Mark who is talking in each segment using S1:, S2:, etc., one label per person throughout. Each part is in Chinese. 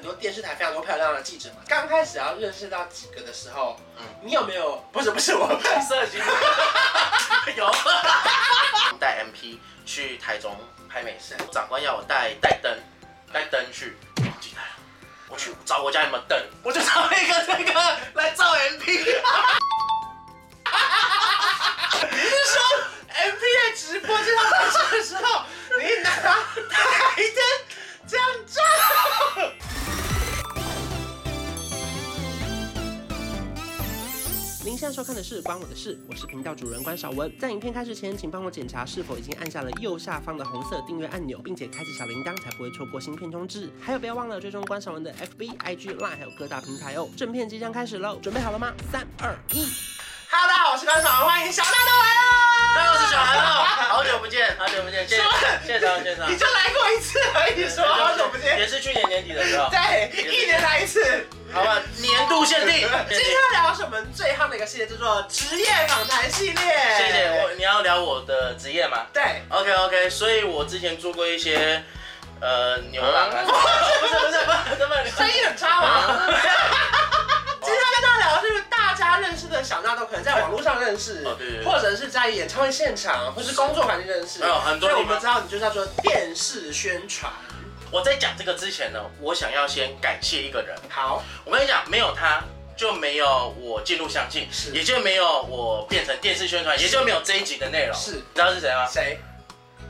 S1: 多电视台非常多漂亮的记者嘛。刚开始要认识到几个的时候，
S2: 嗯
S1: 你有没有？不是不是我，
S3: 色情有
S2: 带 MP 去台中拍美食，长官要我带带灯，带灯去，忘记带了。我去找我家有没有灯，我就找一个那个 来照 MP。
S1: MP 在直播这场拍摄的时 候，你拿台灯这样照。您现在收看的是《关我的事》，我是频道主人关少文。在影片开始前，请帮我检查是否已经按下了右下方的红色订阅按钮，并且开启小铃铛，才不会错过新片通知。还有，不要忘了追踪关少文的 FB、IG、Line，还有各大平台哦。正片即将开始喽，准备好了吗？三、二、一。Hello，大家好，我是关少文，欢迎小大豆来啦！
S2: 大家好，我是小韩哦， 好久不见，好久不见，谢谢谢谢长，谢谢长
S1: 你。就来过一次而已，说好久不见。
S2: 也是去年年底的时候，
S1: 对，一年来一次。
S2: 好吧，年度限定，
S1: 今天要聊什么最夯的一个系列，叫做职业访谈系列。
S2: 谢谢我，你要聊我的职业吗
S1: 对，
S2: ？OK OK，所以我之前做过一些呃牛郎啊，不是不是不是不是，
S1: 声音很差嘛。今天要跟大家聊的是大家认识的小纳豆，可能在网络上认识
S2: 哦对对，对
S1: 或者是在演唱会现场，或是工作环境认识。
S2: 哎呦很多
S1: 所以
S2: 人
S1: 我们知道，你就叫做电视宣传。
S2: 我在讲这个之前呢，我想要先感谢一个人。
S1: 好，
S2: 我跟你讲，没有他就没有我进入相信
S1: 是，
S2: 也就没有我变成电视宣传，也就没有这一集的内容。
S1: 是
S2: 你知道是谁吗？
S1: 谁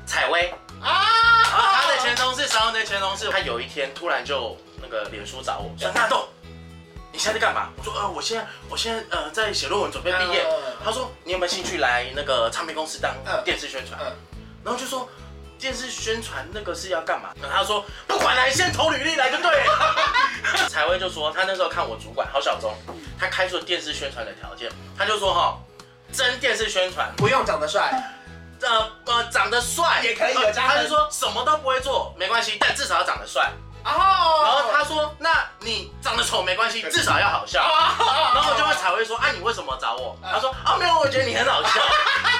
S2: 采薇，
S1: 啊？
S2: 她的前同事，少龙的前同事，她有一天突然就那个脸书找我，
S1: 嗯
S2: 说纳豆，你现在在干嘛？我说呃，我现在我现在呃在写论文准备毕业
S1: 嗯。
S2: 他说你有没有兴趣来那个唱片公司当
S1: 嗯
S2: 电视宣传
S1: 嗯？
S2: 然后就说。电视宣传那个是要干嘛？然后他说不管来，先投履历来就对 了。采薇就说他那时候看我主管郝小钟，他开出了电视宣传的条件，他就说哈，真电视宣传
S1: 不用长得帅，
S2: 呃呃，长得帅
S1: 也可以有
S2: 呃
S1: 加分
S2: 他就说什么都不会做没关系，但至少要长得帅。然
S1: 哦
S2: 后他说，那你长得丑没关系，至少要好笑。
S1: 哦他
S2: 然后我就问彩薇说，啊，你为什么找我？他说，啊，没有，我觉得你很好笑。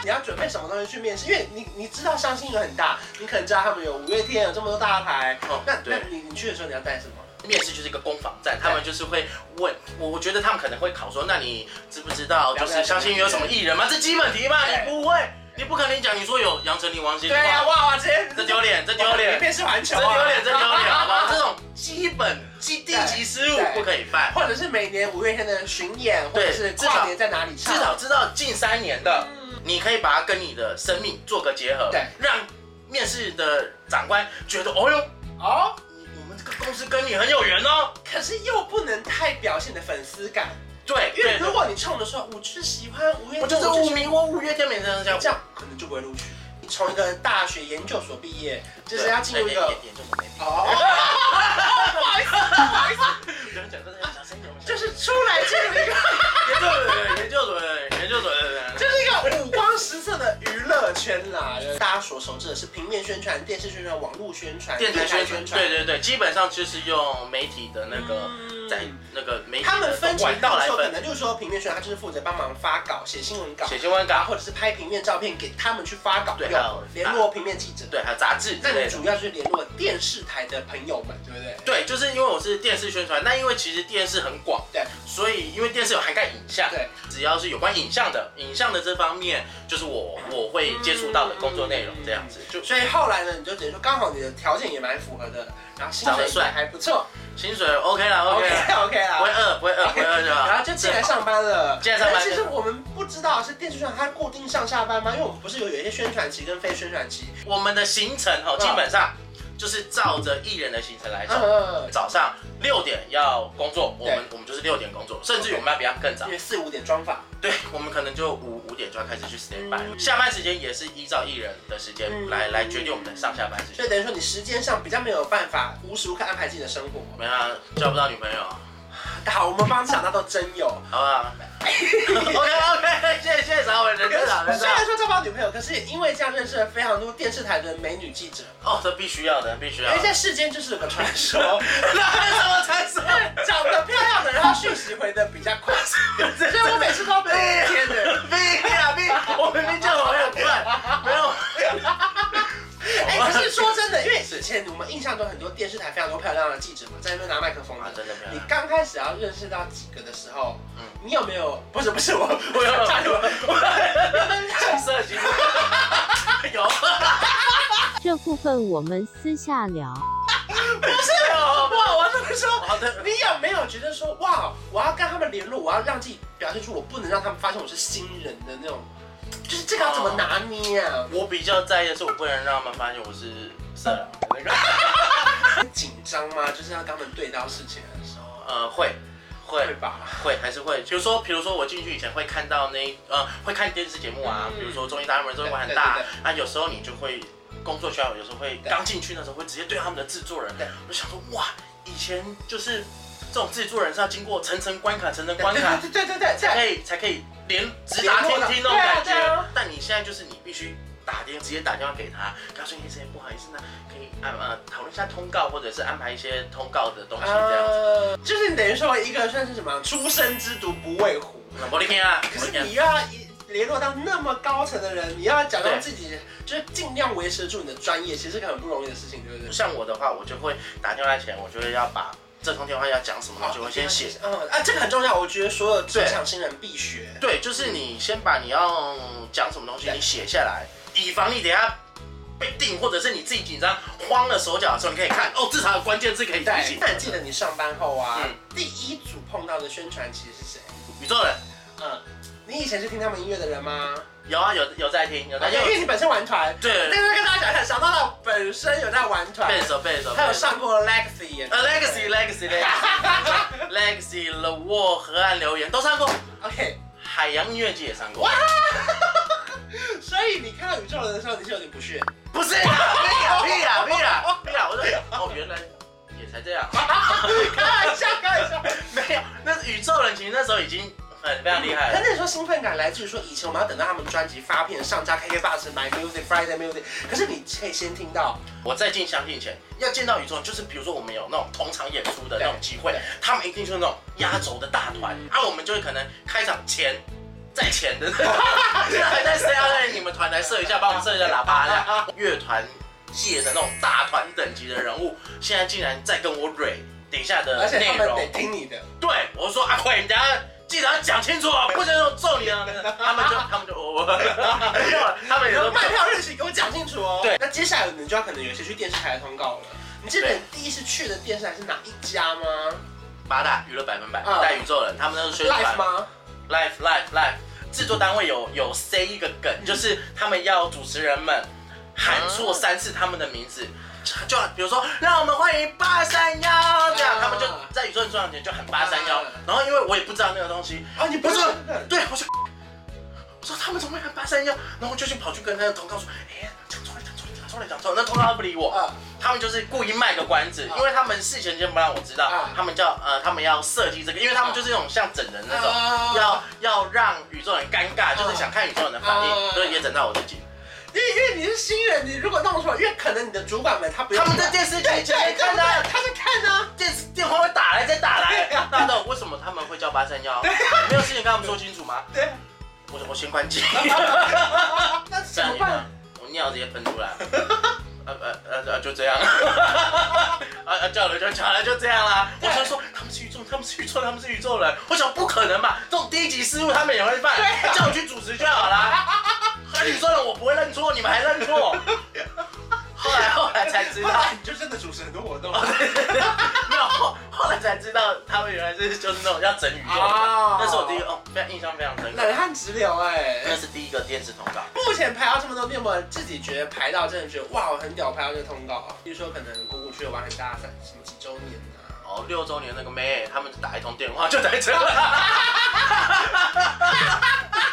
S1: 你要准备什么东西去面试？因为你你知道相信有很大，你可能知道他们有五月天有这么多大牌，
S2: 哦
S1: 那那
S2: 对
S1: 你你去的时候你要带什么？
S2: 面试就是一个攻防战，他们就是会问我，我觉得他们可能会考说，那你知不知道
S1: 了
S2: 就
S1: 解哎
S2: 是相信有什么艺人吗？这基本题嘛，
S1: 对
S2: 你不会，你不可能讲你说有杨丞琳、王心凌，哇
S1: 哇哇，直接
S2: 这丢脸，这丢
S1: 你
S2: 脸，
S1: 面试环球
S2: 这
S1: 啊，
S2: 丢脸，这丢脸，好吧，这种基本基地级失误
S1: 对
S2: 不可以犯。
S1: 或者是每年五月天的巡演，或
S2: 对
S1: 者是
S2: 至少
S1: 跨年在哪里
S2: 至
S1: 唱，
S2: 少知道近三年的，
S1: 嗯
S2: 你可以把它跟你的生命做个结合，
S1: 对
S2: 让面试的长官觉得，哦哟，
S1: 哦，
S2: 你我们这个公司跟你很有缘哦。
S1: 可是又不能太表现你的粉丝感，
S2: 对，
S1: 因为
S2: 对，
S1: 如果你冲的时候，我就是喜欢五月天，
S2: 我就是
S1: 喜
S2: 五
S1: 欢
S2: 名，我五月天每天都这样
S1: 这。样可能就不会录取。你从一个大学研究所毕业，就是要进入一个
S2: 对哎研研究所那边
S1: 哦。
S2: 不要讲这个小声一点
S1: 就
S2: 就是
S1: 是出来进入一个，
S2: 研究所，研究所，研究所，
S1: 就是一个五光十色的娱乐圈啦。就是大家所熟知的是平面宣传、电视宣传、网络宣传、
S2: 电台
S1: 台
S2: 宣传，对对对，基本上就是用媒体的那个
S1: 嗯
S2: 在那个媒体
S1: 他们分
S2: 的
S1: 级
S2: 管道来
S1: 说，可
S2: 分，
S1: 能就是说平面宣传，他就是负责帮忙发稿、写新闻稿，
S2: 写新闻
S1: 然
S2: 稿，
S1: 后或者是拍平面照片给他们去发稿
S2: 对
S1: 用
S2: 还有，
S1: 联络平面记者。
S2: 对，还有杂志之
S1: 那你
S2: 类的。
S1: 主要是联络电视台的朋友们，对不对？
S2: 对，就是因为我是电视宣传，那因为其实电视很广，
S1: 对，
S2: 所以因为电视有涵盖影像，
S1: 对，
S2: 只要是有关影像的，影像的这方面就是我我会接触到的工作内容这样子，就
S1: 所以后来呢，你就等于说刚好你的条件也蛮符合的，然后薪
S2: 长
S1: 水
S2: 得帅
S1: 也还不错
S2: 薪水 OK 啦 OK 啦，
S1: ，OK OK
S2: 不会
S1: 啦。
S2: 饿不会饿不 会饿就好，
S1: 然后就进来上班了。
S2: 进来上班
S1: 但哎其实我们不知道是电视上它固定上下班吗？因为我们不是有有一些宣传期跟非宣传期。
S2: 我们的行程哈，
S1: 嗯
S2: 基本上就是照着艺人的行程来走。
S1: 嗯，
S2: 早上六点要工作，我
S1: 对
S2: 们我们就是六点工作，甚至于
S1: OK
S2: 我们要比他们更早
S1: 因。为四五点妆法。
S2: 对，我们可能就五五点就要开始去 stand by，、
S1: 嗯
S2: 下班时间也是依照艺人的时间
S1: 嗯
S2: 来、来决定我们的上下班时
S1: 所
S2: 间。
S1: 以等于说你时间上比较没有办法无时无刻安排自己的生活。
S2: 没啊，交不到女朋友，好
S1: 好，我们帮小纳豆真有。
S2: 不好？OK OK，谢谢谢谢常伟，
S1: 可
S2: 人真好，
S1: 是
S2: 人
S1: 虽
S2: 真好
S1: 然。说交不到女朋友，可是也因为这样认识了非常多电视台的美女记者，
S2: 哦，这必须要的，必须
S1: 因
S2: 要
S1: 为
S2: 的。
S1: 在世间就是有个传说，
S2: 那还有什么才是？
S1: 长得漂亮的人她讯息回的比较快，所以我每次都被天的。
S2: 屁啊屁！我明明就很有快，没有。
S1: 哎，可是说真的，因为以前我们印象中很多电视台非常多漂亮的记者们在那边拿麦克风
S2: 啊
S1: 的，。
S2: 真的没
S1: 你
S2: 有。
S1: 刚开始要认识到几个的时候，
S2: 嗯
S1: 你有没有？不是不是我，
S2: 我
S1: 我
S2: 有
S1: 有加入。
S3: 色情，
S2: 有
S4: 这部分我们私下聊。
S1: 哇， 我这么说，
S2: 好的，
S1: 你有没有觉得说，哇，我要跟他们联络，我要让自己表现出我不能让他们发现我是新人的那种，就是这个要怎么拿捏啊？
S2: 我比较在意的是，我不能让他们发现我是色狼的那个。
S1: 很紧张吗？就是要跟他们对到事情的时候，
S2: 呃，会，会
S1: 会吧？
S2: 会还是会，比如说，比如说我进去以前会看到那呃，会看电视节目啊，
S1: 嗯
S2: 比如说综艺大热门、综艺玩很大啊，有时候你就会工作需要，有时候会
S1: 对
S2: 刚进去那时候会直接对他们的制作人
S1: 对，
S2: 我想说哇，以前就是这种制作人是要经过层层关卡、层层
S1: 对
S2: 关 卡
S1: 对对对对对
S2: 才可以才可以连直达天梯那种
S1: 对
S2: 感
S1: 啊对
S2: 觉
S1: 啊，
S2: 但你现在就是你必须。打电直接打电话给他，告诉你哎，不好意思，那可以安呃讨论一下通告，或者是安排一些通告的东西这样子。
S1: 呃，就是你等于说一个算是什么，出生之犊不畏虎。
S2: 我的天啊！
S1: 可
S2: 我的
S1: 是
S2: 天啊
S1: 你又要一联络到那么高层的人，你要假装
S2: 对
S1: 自己就是尽量维持住你的专业，其实是个很不容易的事情，对不对？
S2: 像我的话，我就会打电话前，我就会要把这通电话要讲什么，我就会先写。。
S1: 嗯啊，这个很重要，我觉得所有职
S2: 对
S1: 场新人必学。
S2: 对，就是你先把你要讲什么东西
S1: 对
S2: 你写下来，以防你等一下被定，或者是你自己紧张慌了手脚的时候，你可以看哦，至少有关键字可以提
S1: 对
S2: 醒，。
S1: 那你记得你上班后啊，
S2: 嗯
S1: 第一组碰到的宣传其实是谁？
S2: 宇宙人
S1: 嗯，你以前是听他们音乐的人吗？
S2: 有啊，有有在听，有在
S1: 因
S2: 听。
S1: 为你本身玩团，但
S2: 对，
S1: 是跟大家讲一下，小道道本身有在玩团，
S2: 背手背手，
S1: 他有上过 Legacy 演唱
S2: 呃
S1: 会
S2: Legacy Legacy Legacy Legacy The Wall 河岸留言都上过，
S1: OK，
S2: 海洋音乐季也上过。
S1: 所以你看到宇宙人的时候，你是有点不 屑。
S2: 不是啊，屁啊屁啊屁啊屁啊！我说哦，原来也才这样。
S1: 开玩笑，开 玩笑。
S2: 没有，那宇宙人其实那时候已经很非常厉害
S1: 但
S2: 了。
S1: 那时候兴奋感来自于说，以前我们要等到他们专辑发片上架 KK Bus、My Music、Friday Music，可是你可以先听到，
S2: 我再进相信前，要见到宇宙人，就是比如说我们有那种同场演出的那种机会
S1: 对，
S2: 他们一定就是那种压轴的大团，啊，我们就会可能开场前。在前的， 现在还在谁要在你们团来设一下，帮我们设一下喇叭这样。乐团界的那种大团等级的人物，现在竟然在跟我蕊底下的
S1: 而且他
S2: 呃内
S1: 们
S2: 容
S1: 得，听你的。
S2: 对，我说阿奎，你等下记得要讲清楚哦，不然我揍你啊！ 他们就他们就我， 没有了，他们
S1: 你
S2: 也都
S1: 的卖票日期给我讲清楚哦。
S2: 对
S1: 那接下来你就要可能有一些去电视台的通告了。你记得你第一次去的电视台是哪一家吗
S2: 八大娱乐百分百
S1: 嗯
S2: 带宇宙人，他们那是宣
S1: ？Life
S2: 传
S1: 吗？
S2: life life life，制作单位有有 say 一个梗，就是他们要主持人们喊错三次他们的名字。就比如说，让我们欢迎八三幺，这样
S1: 嗯
S2: 他们就在宇宙人专场前就喊八三幺
S1: 嗯，
S2: 然后因为我也不知道那个东西，
S1: 啊，你不是
S2: 哦不是对，我说，我说他们怎么会喊八三幺？然后就去跑去跟那个同告说，哎、讲错了，讲错了，讲错了，讲错了。那同告不理我，
S1: 啊，
S2: 他们就是故意卖个关子
S1: 啊，
S2: 因为他们事前先不让我知道
S1: 啊，
S2: 他们叫呃，他们要设计这个，因为他们就是那种像整人那种，
S1: 啊
S2: 要要让宇宙人尴尬，就是想看宇宙人的反
S1: 啊
S2: 应，所以也整到我自己。
S1: 因为因为你是新人，你如果弄错，因为可能你的主管们他不
S2: 他们在电视剧
S1: 对对
S2: 前面
S1: 对，看
S2: 看到
S1: 到他在看啊。
S2: 电视电话会打来再打来
S1: 对啊，
S2: 那那为什么他们会叫八三幺？没有事情跟他们说清楚吗？
S1: 对，
S2: 我我先关机。
S1: 那
S2: 这
S1: 怎
S2: 样
S1: 么
S2: 你
S1: 办
S2: 吗？？我尿直接喷出来。呃呃呃呃，就这样。 啊啊，叫了就叫了，就这样啦。我
S1: 对
S2: 想说他们是宇宙，他们是宇宙，他们是宇宙人。我想不可能吧，这种低级失误他们也会犯。叫我去主持就好啦。啊，宇宙人我不会认错，你们还认错。后来后来才知
S1: 不
S2: 道，
S1: 然你就真的主持很多活动啊
S2: 没有后后来才知道他们原来是就是那种要整宇宙的。
S1: 啊
S2: 那是我第一个哦，非常印象非常深刻。
S1: 冷汗直流哎。
S2: 那是第一个电视通告。
S1: 目前排到这么多，你有没有自己觉得排到真的觉得哇，我很屌，排到这个通告啊？比如说可能姑姑去玩很大三什么几周年啊，
S2: 哦，六周年那个妹，他们打一通电话 就在这了。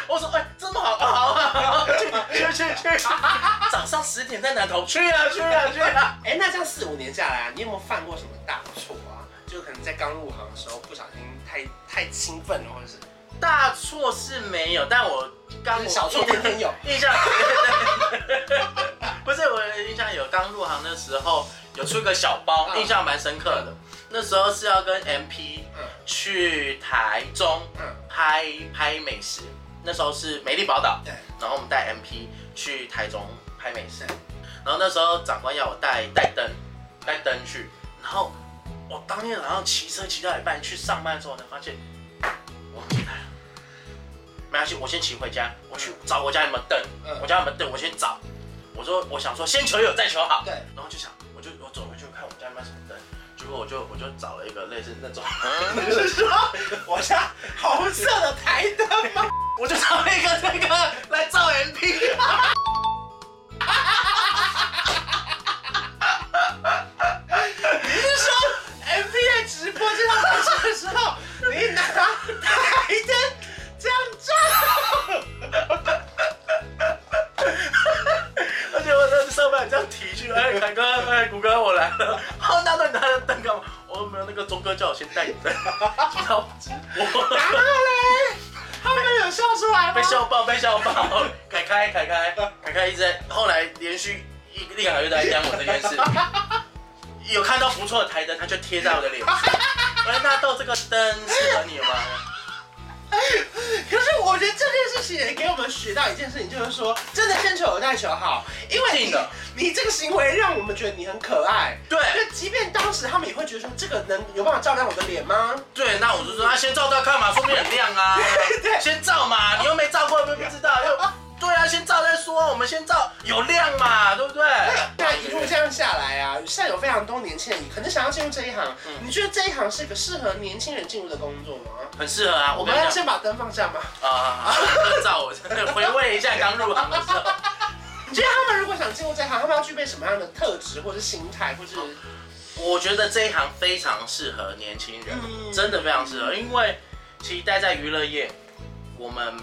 S2: 我说，哎、这么好，啊好啊，好啊 去去去去，早上十点在南头，去啊 去啊去啊。
S1: 哎、那这样四五年下来啊，你有没有犯过什么大错啊？就可能在刚入行的时候不小心太太兴奋了，或者是
S2: 大错是没有，但我刚
S1: 就是小错偏偏有，
S2: 印 象，对对对不是我的印象有刚入行的时候有出一个小包，
S1: 嗯
S2: 印象蛮深刻的。那时候是要跟 MP
S1: 嗯
S2: 去台中
S1: 嗯，
S2: 拍拍美食，那时候是美丽宝岛。
S1: 对，
S2: 然后我们带 MP 去台中拍美食，然后那时候长官要我带带灯，带灯去，然后我当天晚上骑车骑到一半去上班的时候，我才发现我忘记带了。没关系，我先骑回家，我去找我家有没有灯，
S1: 嗯
S2: 我家有没有灯，我先找。我说我想说先求有再求好，
S1: 对，
S2: 然后就想，我就我走回去看我家有没有什么灯，结果我就我就找了一个类似那种，
S1: 就是说我家红色的台灯吗？
S2: 我就找了一个那个来照 MP。
S1: 你是说 NBA 直播这样拍摄的时候，你拿台灯这样照？
S2: 而且我在上班这样提去，哎，凯哥，哎，谷哥，我来了。哦，那那你拿着灯干嘛？我说没有，那个钟哥叫我先带你灯， 知道直播。
S1: 然后嘞，他们有笑出来吗？
S2: 被笑爆，被笑爆！ 凯凯，凯凯，凯凯一直在，后来连续一一两个月都在讲我这 件事。有看到不错的台灯，他就贴在我的 脸上。哎，纳豆这个灯适合你吗？
S1: 可是我觉得这件事情也给我们学到一件事情，就是说，真的先求有再求好，因为
S2: 定
S1: 你
S2: 的
S1: 你这个行为让我们觉得你很可爱。
S2: 对
S1: 就即便当时他们也会觉得说，这个能有办法照亮我的脸吗？
S2: 对，那我就说，那啊先照照看嘛，说不定很亮啊。
S1: 对
S2: 先照嘛，你又没照过，又不知道。
S1: 哎
S2: 又对啊，先照再说，我们先照有亮嘛，对不对？
S1: 那一路这样下来啊，现在有非常多年轻人可能想要进入这一行，
S2: 嗯
S1: 你觉得这一行是个适合年轻人进入的工作吗？
S2: 很适合啊，
S1: 我
S2: 我跟
S1: 们
S2: 你
S1: 要
S2: 讲。
S1: 先把灯放下 吗？
S2: 啊，照我 真的回味一下刚入行的时候。
S1: 你觉得他们如果想进入这一行，他们要具备什么样的特质，或是心态，或是
S2: 我觉得这一行非常适合年轻人，
S1: 嗯
S2: 真的非常适合，因为其实待在娱乐业，我们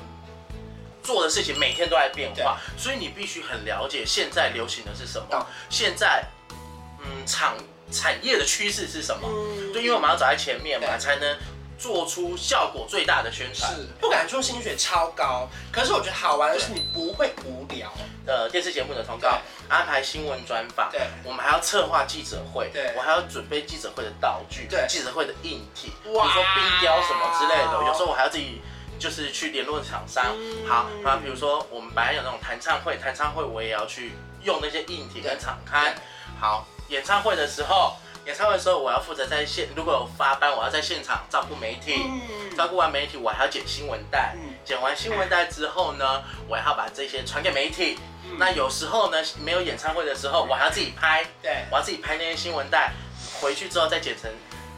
S2: 做的事情每天都在变化，所以你必须很了解现在流行的是什么
S1: 懂，
S2: 现在嗯产产业的趋势是什么，
S1: 嗯
S2: 对，因为我们要走在前面嘛，
S1: 对
S2: 才能做出效果最大的宣传。
S1: 是不敢说薪水超高，可是我觉得好玩的是你不会无聊。
S2: 呃电视节目的通告
S1: 对，
S2: 安排新闻专访，
S1: 对
S2: 我们还要策划记者会，
S1: 对
S2: 我还要准备记者会的道具，
S1: 对
S2: 记者会的硬体，比如
S1: 哇
S2: 说冰雕什么之类的，有时候我还要自己。就是去联络厂商，
S1: 嗯
S2: 好，那比如说我们本来有那种弹唱会，弹唱会我也要去用那些硬体跟场刊
S1: 对。
S2: 好，演唱会的时候，演唱会的时候我要负责在现，如果有发班，我要在现场照顾媒体，照顾完媒体，我还要剪新闻带
S1: 嗯，
S2: 剪完新闻带之后呢，我还要把这些传给媒体。
S1: 嗯
S2: 那有时候呢，没有演唱会的时候，我还要自己拍，
S1: 对
S2: 我要自己拍那些新闻带，回去之后再剪成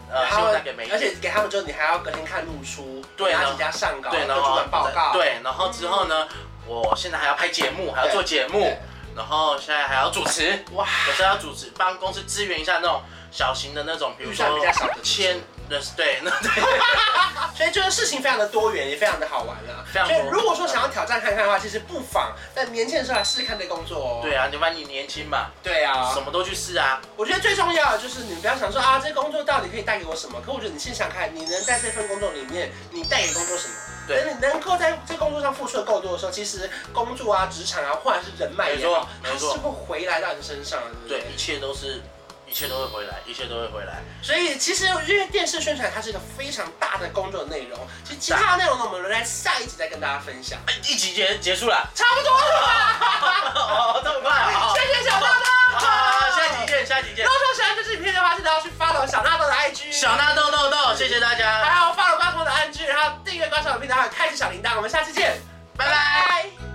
S2: 呃
S1: 然
S2: 新
S1: 后
S2: 闻带给媒，
S1: 而且
S2: 体。
S1: 给他们之后，你还要隔天看露出，
S2: 对
S1: 然
S2: 然
S1: 后
S2: 后
S1: 请假上稿，
S2: 对，
S1: 跟
S2: 然
S1: 主
S2: 后
S1: 管报告，，
S2: 对，然后之后呢，我现在还要拍节目，还要做节目
S1: 对，
S2: 然后现在还要主持，
S1: 哇，
S2: 有时候要主持，帮公司支援一下那种小型的那种，比如
S1: 预算
S2: 说
S1: 比较小的
S2: 签，那是对，那对。
S1: 啊所以这个事情非常的多元，也非常的好玩啦。
S2: 非常
S1: 所
S2: 多
S1: 以如果说想要挑战看看的话，其实不妨在年轻的时候来试试看这个工作哦。
S2: 对啊，你反正你年轻嘛，
S1: 对啊
S2: 什，么都去试啊。
S1: 我觉得最重要的就是你不要想说啊，这个工作到底可以带给我什么？可我觉得你先想看，你能在这份工作里面，你带给工作什么？
S2: 对
S1: 等你能够在这工作上付出的够多的时候，其实工作啊、职场啊，或者是人脉也好，
S2: 没
S1: 它
S2: 错没
S1: 是会
S2: 错
S1: 回来到你身上的。不
S2: 对，一切都是，一切都会回来，一切都会回来。
S1: 所以其实因为电视宣传它是一个非常大的工作的内容，其实其他的内容呢，我们在下一集再跟大家分享。
S2: 哎一集结结束了，
S1: 差不多了吧？
S2: 哦，这么快 啊！
S1: 谢谢小大大。
S2: 啊，下集。见，下集见
S1: 如。果说喜欢这支影片的话，记得要去 follow 小大大的 IG，
S2: 小纳豆豆豆，谢谢大家，
S1: 还有 follow 观众的 IG，然后订阅观众的频道，还有开启小铃铛。我们下期见，
S2: 拜
S1: 拜
S2: 拜。
S1: 拜。